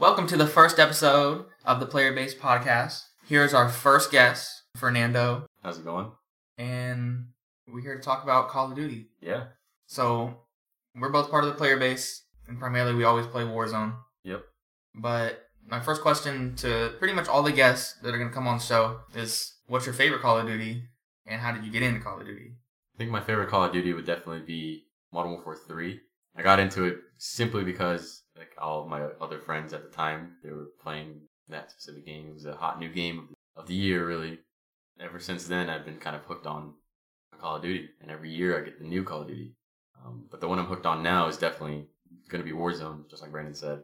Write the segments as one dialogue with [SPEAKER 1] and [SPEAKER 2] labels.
[SPEAKER 1] Welcome to the first episode of the Player Based Podcast. Here's our first guest, Fernando,
[SPEAKER 2] How's it going?
[SPEAKER 1] and we're here to talk about Call of Duty.
[SPEAKER 2] Yeah.
[SPEAKER 1] So, we're both part of the player base, and primarily we always play Warzone.
[SPEAKER 2] Yep.
[SPEAKER 1] But my first question to pretty much all the guests that are going to come on the show is what's your favorite Call of Duty, and how did you get into Call of Duty?
[SPEAKER 2] I think my favorite Call of Duty would definitely be Modern Warfare 3. I got into it simply because like all of my other friends at the time, they were playing that specific game. It was a hot new game of the year, really. Ever since then, I've been kind of hooked on Call of Duty, and every year I get the new Call of Duty. Um, but the one I'm hooked on now is definitely going to be Warzone, just like Brandon said.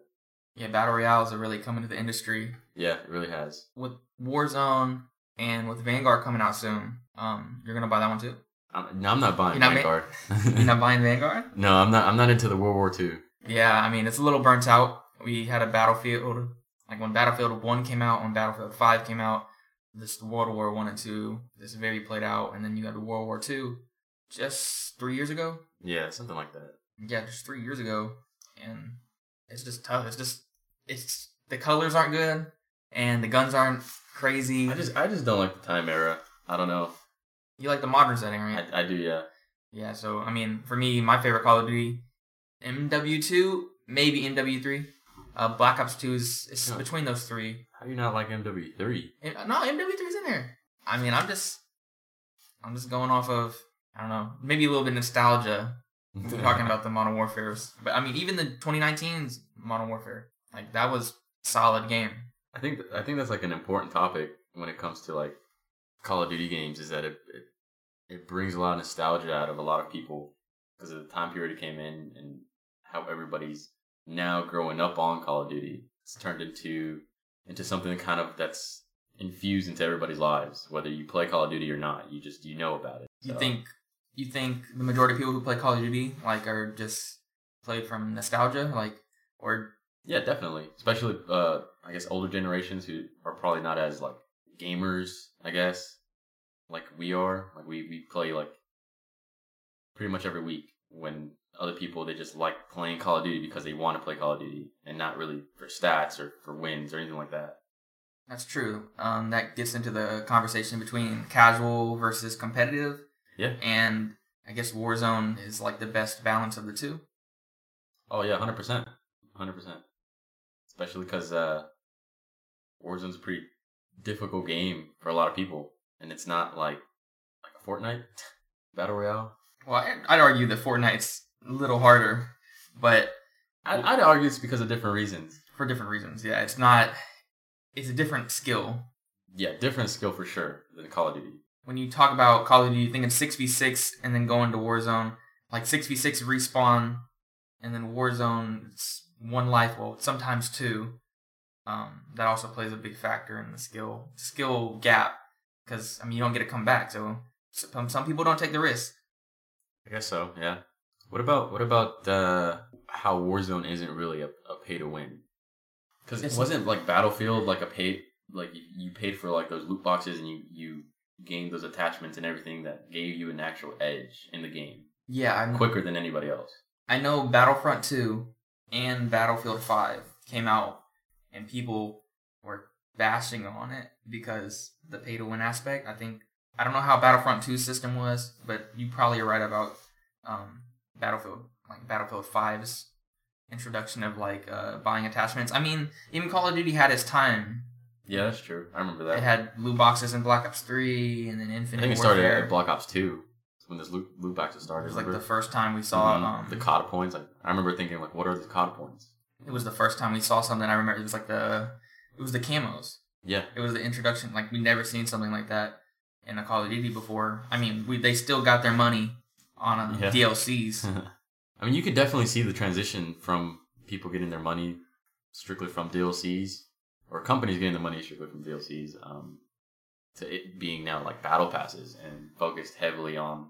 [SPEAKER 1] Yeah, Battle Royales are really coming to the industry.
[SPEAKER 2] Yeah, it really has.
[SPEAKER 1] With Warzone and with Vanguard coming out soon, um, you're going to buy that one too?
[SPEAKER 2] I'm, no, I'm not buying
[SPEAKER 1] You're not ma-
[SPEAKER 2] Vanguard.
[SPEAKER 1] You're not buying Vanguard?
[SPEAKER 2] no, I'm not. I'm not into the World War II.
[SPEAKER 1] Yeah, I mean it's a little burnt out. We had a Battlefield, like when Battlefield One came out, when Battlefield Five came out, this World War One and Two, this very played out, and then you had World War Two, just three years ago.
[SPEAKER 2] Yeah, something like that.
[SPEAKER 1] Yeah, just three years ago, and it's just tough. It's just it's the colors aren't good, and the guns aren't crazy.
[SPEAKER 2] I just I just don't like the time era. I don't know.
[SPEAKER 1] you like the modern setting, right?
[SPEAKER 2] I, I do yeah.
[SPEAKER 1] Yeah, so I mean, for me, my favorite Call of Duty, MW2, maybe MW3. Uh, Black Ops 2 is it's
[SPEAKER 2] Yeah.
[SPEAKER 1] between those three.
[SPEAKER 2] How do you not like MW three?
[SPEAKER 1] And, no, MW3 is in there. I mean, I'm just, I'm just going off of I don't know, maybe a little bit of nostalgia. We're talking about the Modern Warfare's, but I mean, even the 2019's Modern Warfare, like that was solid game.
[SPEAKER 2] I think I think that's like an important topic when it comes to like Call of Duty games is that it it, it brings a lot of nostalgia out of a lot of people because of the time period it came in and how everybody's now growing up on Call of Duty. It's turned into into something kind of that's infused into everybody's lives, whether you play Call of Duty or not. You just you know about it.
[SPEAKER 1] You
[SPEAKER 2] So,
[SPEAKER 1] think, you think the majority of people who play Call of Duty like are just play from nostalgia, like or
[SPEAKER 2] Yeah, definitely. Especially, uh, I guess older generations who are probably not as like gamers, I guess, like we are. Like we we play like pretty much every week. When other people they just like playing Call of Duty because they want to play Call of Duty and not really for stats or for wins or anything like that.
[SPEAKER 1] That's true. Um, that gets into the conversation between casual versus competitive,
[SPEAKER 2] Yeah.
[SPEAKER 1] and I guess Warzone is like the best balance of the two.
[SPEAKER 2] Oh yeah, hundred percent, hundred percent. Especially because uh, Warzone's a pretty difficult game for a lot of people, and it's not like like a Fortnite battle royale.
[SPEAKER 1] Well, I- I'd argue that Fortnite's a little harder, but
[SPEAKER 2] I, I'd argue it's because of different reasons.
[SPEAKER 1] for different reasons. Yeah, it's not. It's a different skill.
[SPEAKER 2] Yeah, different skill for sure than Call of Duty.
[SPEAKER 1] When you talk about Call of Duty, you think of six v six, and then going to Warzone. Like six v six respawn, and then Warzone it's one life. Well, sometimes two. Um, that also plays a big factor in the skill skill gap because I mean you don't get to come back. So some some people don't take the risk.
[SPEAKER 2] I guess so. Yeah. What about what about uh, how Warzone isn't really a, a pay to win? Because it
[SPEAKER 1] It's-
[SPEAKER 2] wasn't like Battlefield like a pay like you, you paid for like those loot boxes and you you gained those attachments and everything that gave you an actual edge in the game
[SPEAKER 1] Yeah, I
[SPEAKER 2] quicker than anybody else.
[SPEAKER 1] I know Battlefront 2 and Battlefield 5 came out and people were bashing on it because the pay to win aspect. I think I don't know how Battlefront 2 system was, but you probably are right about um, Battlefield like Battlefield 5's introduction of like uh, buying attachments. I mean, even Call of Duty had its time.
[SPEAKER 2] Yeah, that's true. I remember
[SPEAKER 1] It
[SPEAKER 2] that.
[SPEAKER 1] had loot boxes in Black Ops 3 and then
[SPEAKER 2] I
[SPEAKER 1] Infinite
[SPEAKER 2] think it
[SPEAKER 1] Warfare.
[SPEAKER 2] started at Black Ops Two when this loot loot boxes
[SPEAKER 1] it
[SPEAKER 2] started.
[SPEAKER 1] was like the
[SPEAKER 2] remember?
[SPEAKER 1] first time we saw
[SPEAKER 2] Mhm.
[SPEAKER 1] um,
[SPEAKER 2] the COD points. Like, I remember thinking like, what are the COD points?
[SPEAKER 1] it was the first time we saw something. I remember it was like the it was the camos.
[SPEAKER 2] Yeah,
[SPEAKER 1] It was the introduction. Like we never seen something like that in a Call of Duty before. I mean, we they still got their money on uh,
[SPEAKER 2] Yeah. Hmm.
[SPEAKER 1] DLCs.
[SPEAKER 2] I mean, you could definitely see the transition from people getting their money strictly from DLCs, or companies getting their money strictly from DLCs, um, to it being now like battle passes and focused heavily on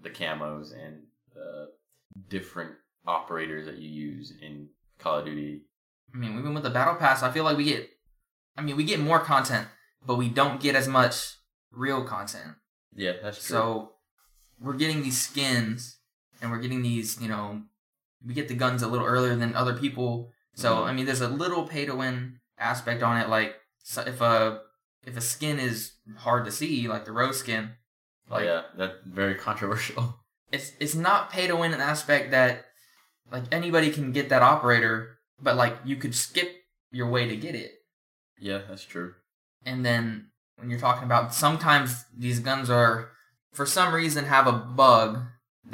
[SPEAKER 2] the camos and the different operators that you use in Call of Duty.
[SPEAKER 1] I mean, even with the battle pass, I feel like we get. I mean, we get more content, but we don't get as much real content.
[SPEAKER 2] Yeah, that's
[SPEAKER 1] So we're getting these skins and we're getting these, you know, we get the guns a little earlier than other people So
[SPEAKER 2] Mhm.
[SPEAKER 1] I mean, there's a little pay to win aspect on it. Like so if a if a skin is hard to see, like the rose skin, like
[SPEAKER 2] yeah, that's very controversial.
[SPEAKER 1] it's it's not pay to win an aspect that like anybody can get that operator, but like you could skip your way to get it.
[SPEAKER 2] yeah, that's true.
[SPEAKER 1] And then when you're talking about sometimes these guns are for some reason have a bug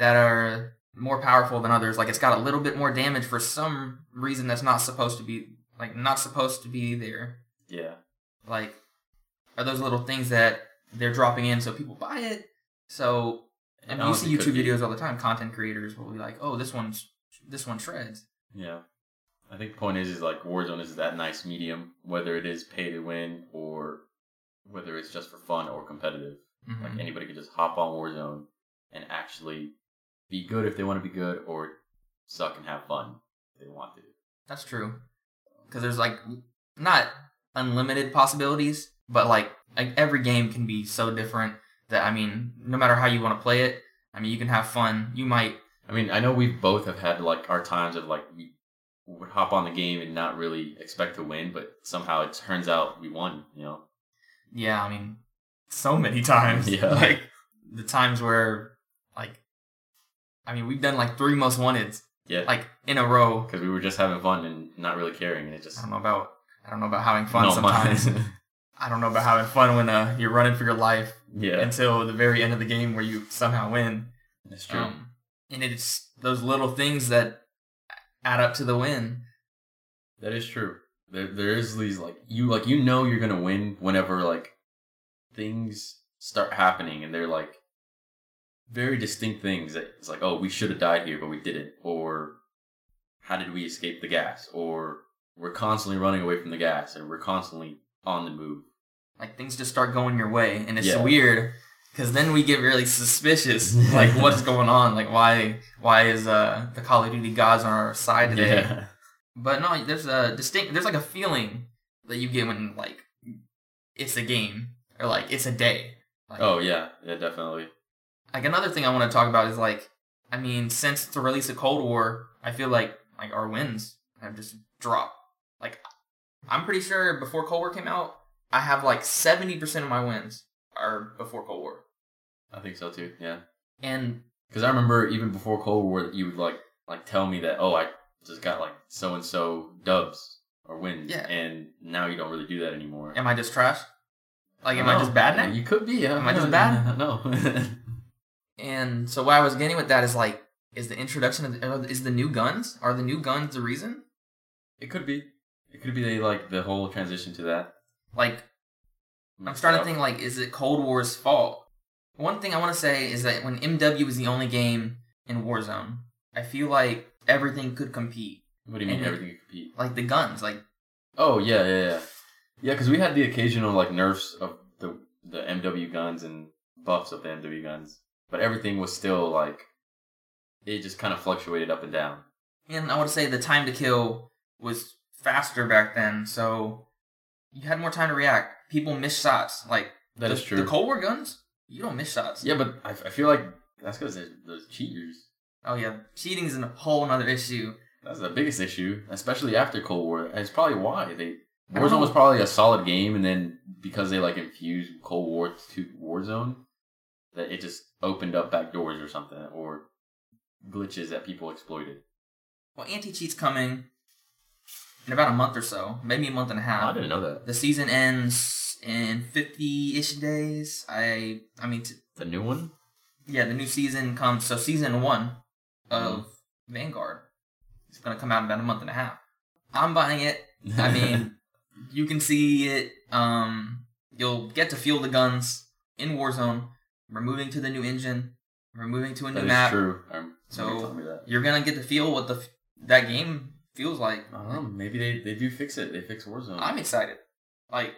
[SPEAKER 1] that are more powerful than others. Like it's got a little bit more damage for some reason that's not supposed to be like not supposed to be there.
[SPEAKER 2] Yeah.
[SPEAKER 1] Like are those little things that they're dropping in so people buy it. So I mean, you see
[SPEAKER 2] Honestly, could
[SPEAKER 1] YouTube
[SPEAKER 2] be.
[SPEAKER 1] videos all the time. Content creators will be like, "Oh, this one's this one shreds."
[SPEAKER 2] Yeah. I think the point is, is like Warzone is that nice medium, whether it is pay to win or whether it's just for fun or competitive.
[SPEAKER 1] Mhm.
[SPEAKER 2] Like anybody could just hop on Warzone and actually be good if they want to be good, or suck and have fun if they want to.
[SPEAKER 1] That's true. Because there's like not unlimited possibilities, but like, like every game can be so different that I mean, no matter how you want to play it, I mean, you can have fun. You might,
[SPEAKER 2] I mean, I know we both have had like our times of like we would hop on the game and not really expect to win, but somehow it turns out we won. You know?
[SPEAKER 1] yeah, I mean, so many times.
[SPEAKER 2] Yeah.
[SPEAKER 1] Like the times where, like, I mean, we've done like three most wanted
[SPEAKER 2] Yeah.
[SPEAKER 1] like in a row.
[SPEAKER 2] because we were just having fun and not really caring, and it just
[SPEAKER 1] I don't know about, I don't know about having fun
[SPEAKER 2] No, mine-
[SPEAKER 1] sometimes. I don't know about having fun when uh, you're running for your life
[SPEAKER 2] yeah,
[SPEAKER 1] until the very end of the game where you somehow win.
[SPEAKER 2] that's true.
[SPEAKER 1] Um, and it's those little things that add up to the win.
[SPEAKER 2] that is true. There, there is these like you like you know you're gonna win whenever like things start happening, and they're like very distinct things that it's like oh we should have died here but we didn't, or how did we escape the gas, or we're constantly running away from the gas, and we're constantly on the move.
[SPEAKER 1] Like things just start going your way, and it's
[SPEAKER 2] Yeah.
[SPEAKER 1] weird because then we get really suspicious. like what's going on? Like why? Why is uh, the Call of Duty gods on our side today?
[SPEAKER 2] Yeah,
[SPEAKER 1] But no, there's a distinct. There's like a feeling that you get when like it's a game or like it's a day. Like,
[SPEAKER 2] oh yeah, yeah definitely.
[SPEAKER 1] like another thing I want to talk about is like, I mean, since the release of Cold War, I feel like like our wins have just dropped. Like, I'm pretty sure before Cold War came out, I have like seventy percent of my wins are before Cold War,
[SPEAKER 2] I think so too. Yeah.
[SPEAKER 1] and
[SPEAKER 2] Because I remember even before Cold War, you would like like tell me that oh I just got like so and so dubs or wins,
[SPEAKER 1] Yeah.
[SPEAKER 2] and now you don't really do that anymore.
[SPEAKER 1] am I just trash? Like, am I
[SPEAKER 2] No.
[SPEAKER 1] just bad now?
[SPEAKER 2] You could be. Yeah.
[SPEAKER 1] Am I just bad?
[SPEAKER 2] No.
[SPEAKER 1] And so what I was getting with that is like, is the introduction of the, uh, is the new guns? Are the new guns the reason?
[SPEAKER 2] it could be. It could be they like the whole transition to that.
[SPEAKER 1] Like, I'm starting to think like, is it Cold War's fault? One thing I want to say is that when MW was the only game in Warzone, I feel like everything could compete.
[SPEAKER 2] What do you mean
[SPEAKER 1] Mhm.
[SPEAKER 2] everything could compete?
[SPEAKER 1] Like the guns, like
[SPEAKER 2] Oh yeah, yeah, yeah, yeah. Because we had the occasional like nerfs of the the MW guns and buffs of the MW guns, but everything was still like it just kind of fluctuated up and down.
[SPEAKER 1] and I would say the time to kill was faster back then, so you had more time to react. People miss shots. Like
[SPEAKER 2] That
[SPEAKER 1] the,
[SPEAKER 2] is true.
[SPEAKER 1] The Cold War guns, you don't miss shots.
[SPEAKER 2] Yeah, but I, I feel like that's because those cheaters.
[SPEAKER 1] Oh yeah, cheating is a whole another issue.
[SPEAKER 2] That's the biggest issue, especially after Cold War. And it's probably why they
[SPEAKER 1] I don't know.
[SPEAKER 2] Warzone was probably a solid game, and then because they like infused Cold War to Warzone, that it just opened up back doors or something, or glitches that people exploited.
[SPEAKER 1] Well, anti cheat's coming in about a month or so, maybe a month and a half.
[SPEAKER 2] I didn't know that.
[SPEAKER 1] The season ends in 50-ish days. I I mean t-
[SPEAKER 2] The new one.
[SPEAKER 1] yeah, the new season comes so season 1 of
[SPEAKER 2] Mm-hmm.
[SPEAKER 1] Vanguard is going to come out in about a month and a half. I'm buying it. I mean, you can see it um you'll get to feel the guns in Warzone. We're moving to the new engine. We're moving to a new
[SPEAKER 2] that is
[SPEAKER 1] map.
[SPEAKER 2] true. I'm,
[SPEAKER 1] So-
[SPEAKER 2] so me that.
[SPEAKER 1] You're going to get to feel what the f- that game feels like.
[SPEAKER 2] I don't know. Maybe they, they do fix it. They fix Warzone.
[SPEAKER 1] I'm excited. Like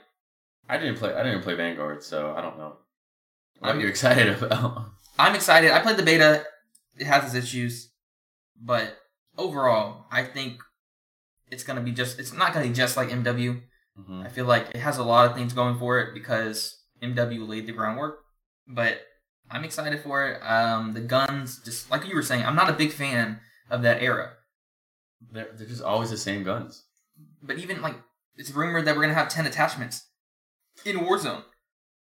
[SPEAKER 2] I didn't play. I didn't play Vanguard, so I don't know. What
[SPEAKER 1] I'm-
[SPEAKER 2] are you excited about?
[SPEAKER 1] I'm excited. I played the beta. It has its issues, but overall, I think it's gonna be just. It's not gonna be just like MW.
[SPEAKER 2] Mhm.
[SPEAKER 1] I feel like it has a lot of things going for it because MW laid the groundwork. But I'm excited for it. Um, the guns, just like you were saying, I'm not a big fan of that era,
[SPEAKER 2] They're, they're just always the same guns.
[SPEAKER 1] But even like it's rumored that we're gonna have ten attachments in Warzone.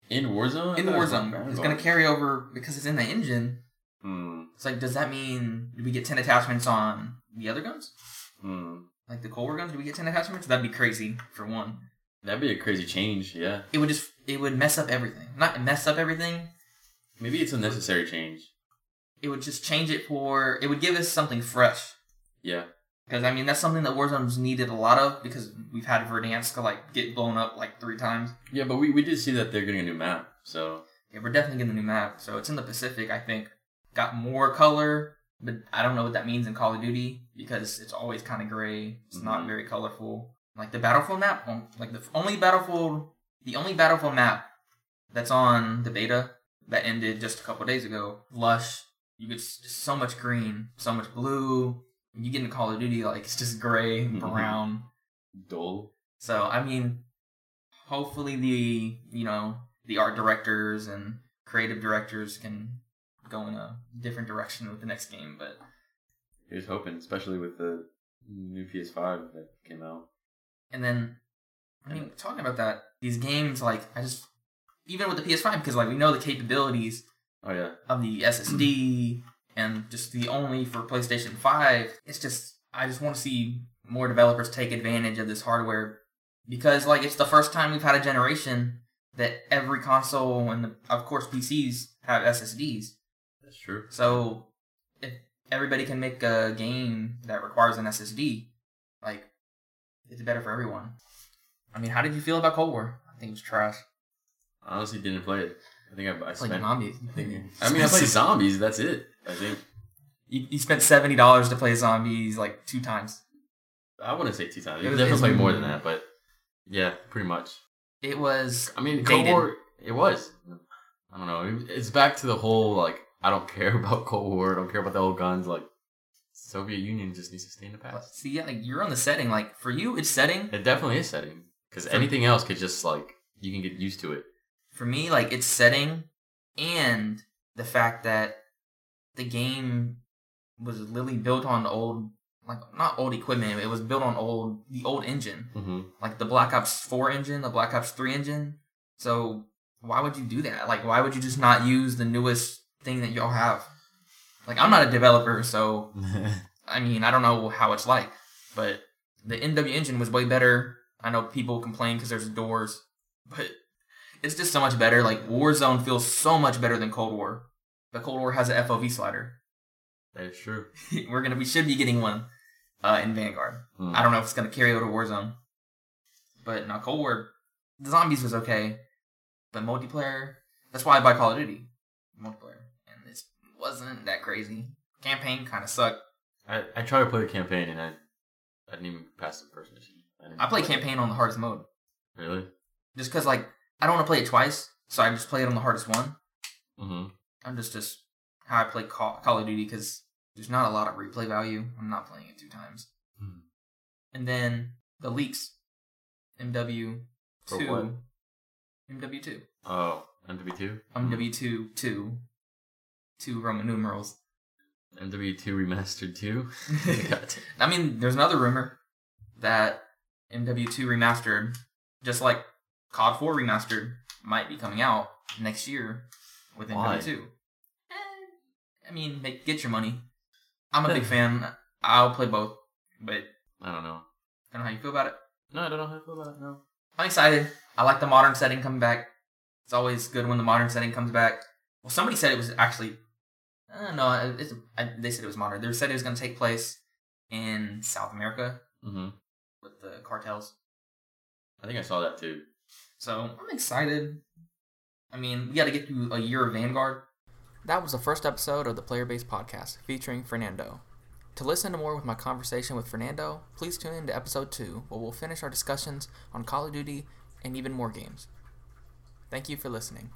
[SPEAKER 2] In Warzone? I
[SPEAKER 1] In
[SPEAKER 2] thought it was
[SPEAKER 1] Warzone,
[SPEAKER 2] like oh, hmm,
[SPEAKER 1] it's gonna
[SPEAKER 2] Baron
[SPEAKER 1] carry over because it's in the engine.
[SPEAKER 2] Guards.
[SPEAKER 1] It's like, does that mean do we get ten attachments on the other guns?
[SPEAKER 2] Hmm. Hmm.
[SPEAKER 1] Like the Cold War guns, do we get ten attachments? That'd be crazy for one.
[SPEAKER 2] That'd be a crazy change, yeah.
[SPEAKER 1] It would just it would mess up everything. Not mess up everything.
[SPEAKER 2] Maybe it's a necessary change.
[SPEAKER 1] It would just change it for. It would give us something fresh.
[SPEAKER 2] Yeah.
[SPEAKER 1] Because I mean that's something that Warzone's needed a lot of because we've had Verdansk like get blown up like three times.
[SPEAKER 2] Yeah, but we, we did see that they're getting a new map, so
[SPEAKER 1] Yeah, we're definitely getting a new map. So it's in the Pacific, I think. Got more color, but I don't know what that means in Call of Duty because it's always kind of gray. It's not
[SPEAKER 2] Mhm.
[SPEAKER 1] very colorful. Like the battlefield map, um, like the only battlefield, the only battlefield map that's on the beta that ended just a couple days ago. Lush, you get s- just so much green, so much blue. You get into Call of Duty, like it's just gray,
[SPEAKER 2] Mhm.
[SPEAKER 1] brown.
[SPEAKER 2] dull.
[SPEAKER 1] So I mean, hopefully the you know the art directors and creative directors can go in a different direction with the next game. But
[SPEAKER 2] Here's hoping, especially with the new PS5 that came out.
[SPEAKER 1] and then I mean, talking about that, these games like I just even with the PS5 because like we know the capabilities
[SPEAKER 2] Oh yeah.
[SPEAKER 1] of the SSD and just the only for PlayStation 5. It's just I just want to see more developers take advantage of this hardware because like it's the first time we've had a generation that every console and the, of course PCs have SSDs.
[SPEAKER 2] That's true.
[SPEAKER 1] So if everybody can make a game that requires an SSD, like it's better for everyone. I mean, how did you feel about Cold War? I think it was trash.
[SPEAKER 2] I honestly didn't play it. I think I, I
[SPEAKER 1] It's like
[SPEAKER 2] spent
[SPEAKER 1] zombies.
[SPEAKER 2] I mean, I played zombies. That's it. I think
[SPEAKER 1] You, you spent seventy dollars to play zombies like two times.
[SPEAKER 2] I wouldn't say two times.
[SPEAKER 1] It
[SPEAKER 2] You
[SPEAKER 1] was-
[SPEAKER 2] definitely
[SPEAKER 1] it's-
[SPEAKER 2] played more than that, but yeah, pretty much.
[SPEAKER 1] It was
[SPEAKER 2] I mean, Cold
[SPEAKER 1] Dated.
[SPEAKER 2] War. It was. I don't know. it- It's back to the whole like I don't care about Cold War. I don't care about the old guns. Like Soviet Union just needs to stay in the past.
[SPEAKER 1] see, yeah, like you're on the setting. Like for you, it's setting.
[SPEAKER 2] It definitely is setting because anything else could just like you can get used to it.
[SPEAKER 1] For me, like it's setting, and the fact that the game was literally built on old, like not old equipment. It was built on old the old engine,
[SPEAKER 2] Mm-hmm.
[SPEAKER 1] like the Black Ops Four engine, the Black Ops Three engine. So why would you do that? Like why would you just not use the newest thing that y'all have? Like I'm not a developer, so I mean, I don't know how it's like, but the NW engine was way better. I know people complain because there's doors, but it's just so much better. Like Warzone feels so much better than Cold War. The Cold War has a FOV slider.
[SPEAKER 2] That's true.
[SPEAKER 1] We're gonna we should be getting one uh, in Vanguard.
[SPEAKER 2] Mm.
[SPEAKER 1] I don't know if it's gonna carry over to Warzone, but no Cold War. The zombies was okay, but multiplayer. That's why I buy Call of Duty multiplayer, and it wasn't that crazy. Campaign kind of sucked.
[SPEAKER 2] I, I tried to play the campaign and I I didn't even pass the first mission. didn't-
[SPEAKER 1] I play campaign on the hardest mode.
[SPEAKER 2] Really?
[SPEAKER 1] just because like I don't want to play it twice, so I just play it on the hardest one.
[SPEAKER 2] Mm-hmm.
[SPEAKER 1] I'm just just how I play Call, Call of Duty because there's not a lot of replay value. I'm not playing it two times.
[SPEAKER 2] Hmm.
[SPEAKER 1] And then the leaks, MW
[SPEAKER 2] For
[SPEAKER 1] two,
[SPEAKER 2] what?
[SPEAKER 1] MW two,
[SPEAKER 2] Oh, MW two.
[SPEAKER 1] MW two two, two Roman numerals.
[SPEAKER 2] MW two remastered two.
[SPEAKER 1] I mean, there's another rumor that MW two remastered, just like COD four remastered, might be coming out next year with
[SPEAKER 2] Why?
[SPEAKER 1] MW two. Eh, I mean, make, get your money. I'm a big fan. I'll play both, but
[SPEAKER 2] I don't know.
[SPEAKER 1] I don't know how you feel about it.
[SPEAKER 2] No, I don't know how I feel about it. No.
[SPEAKER 1] I'm excited. I like the modern setting coming back. It's always good when the modern setting comes back. Well, somebody said it was actually. Uh, no, it- it's, I, they said it was modern. They said it was going to take place in South America
[SPEAKER 2] Mm-hmm.
[SPEAKER 1] with the cartels.
[SPEAKER 2] I think I saw that too.
[SPEAKER 1] So I'm excited. I mean, we got to get through a year of Vanguard. That was the first episode of the Player Base Podcast featuring Fernando. To listen to more with my conversation with Fernando, please tune in to episode two, where we'll finish our discussions on Call of Duty and even more games. Thank you for listening.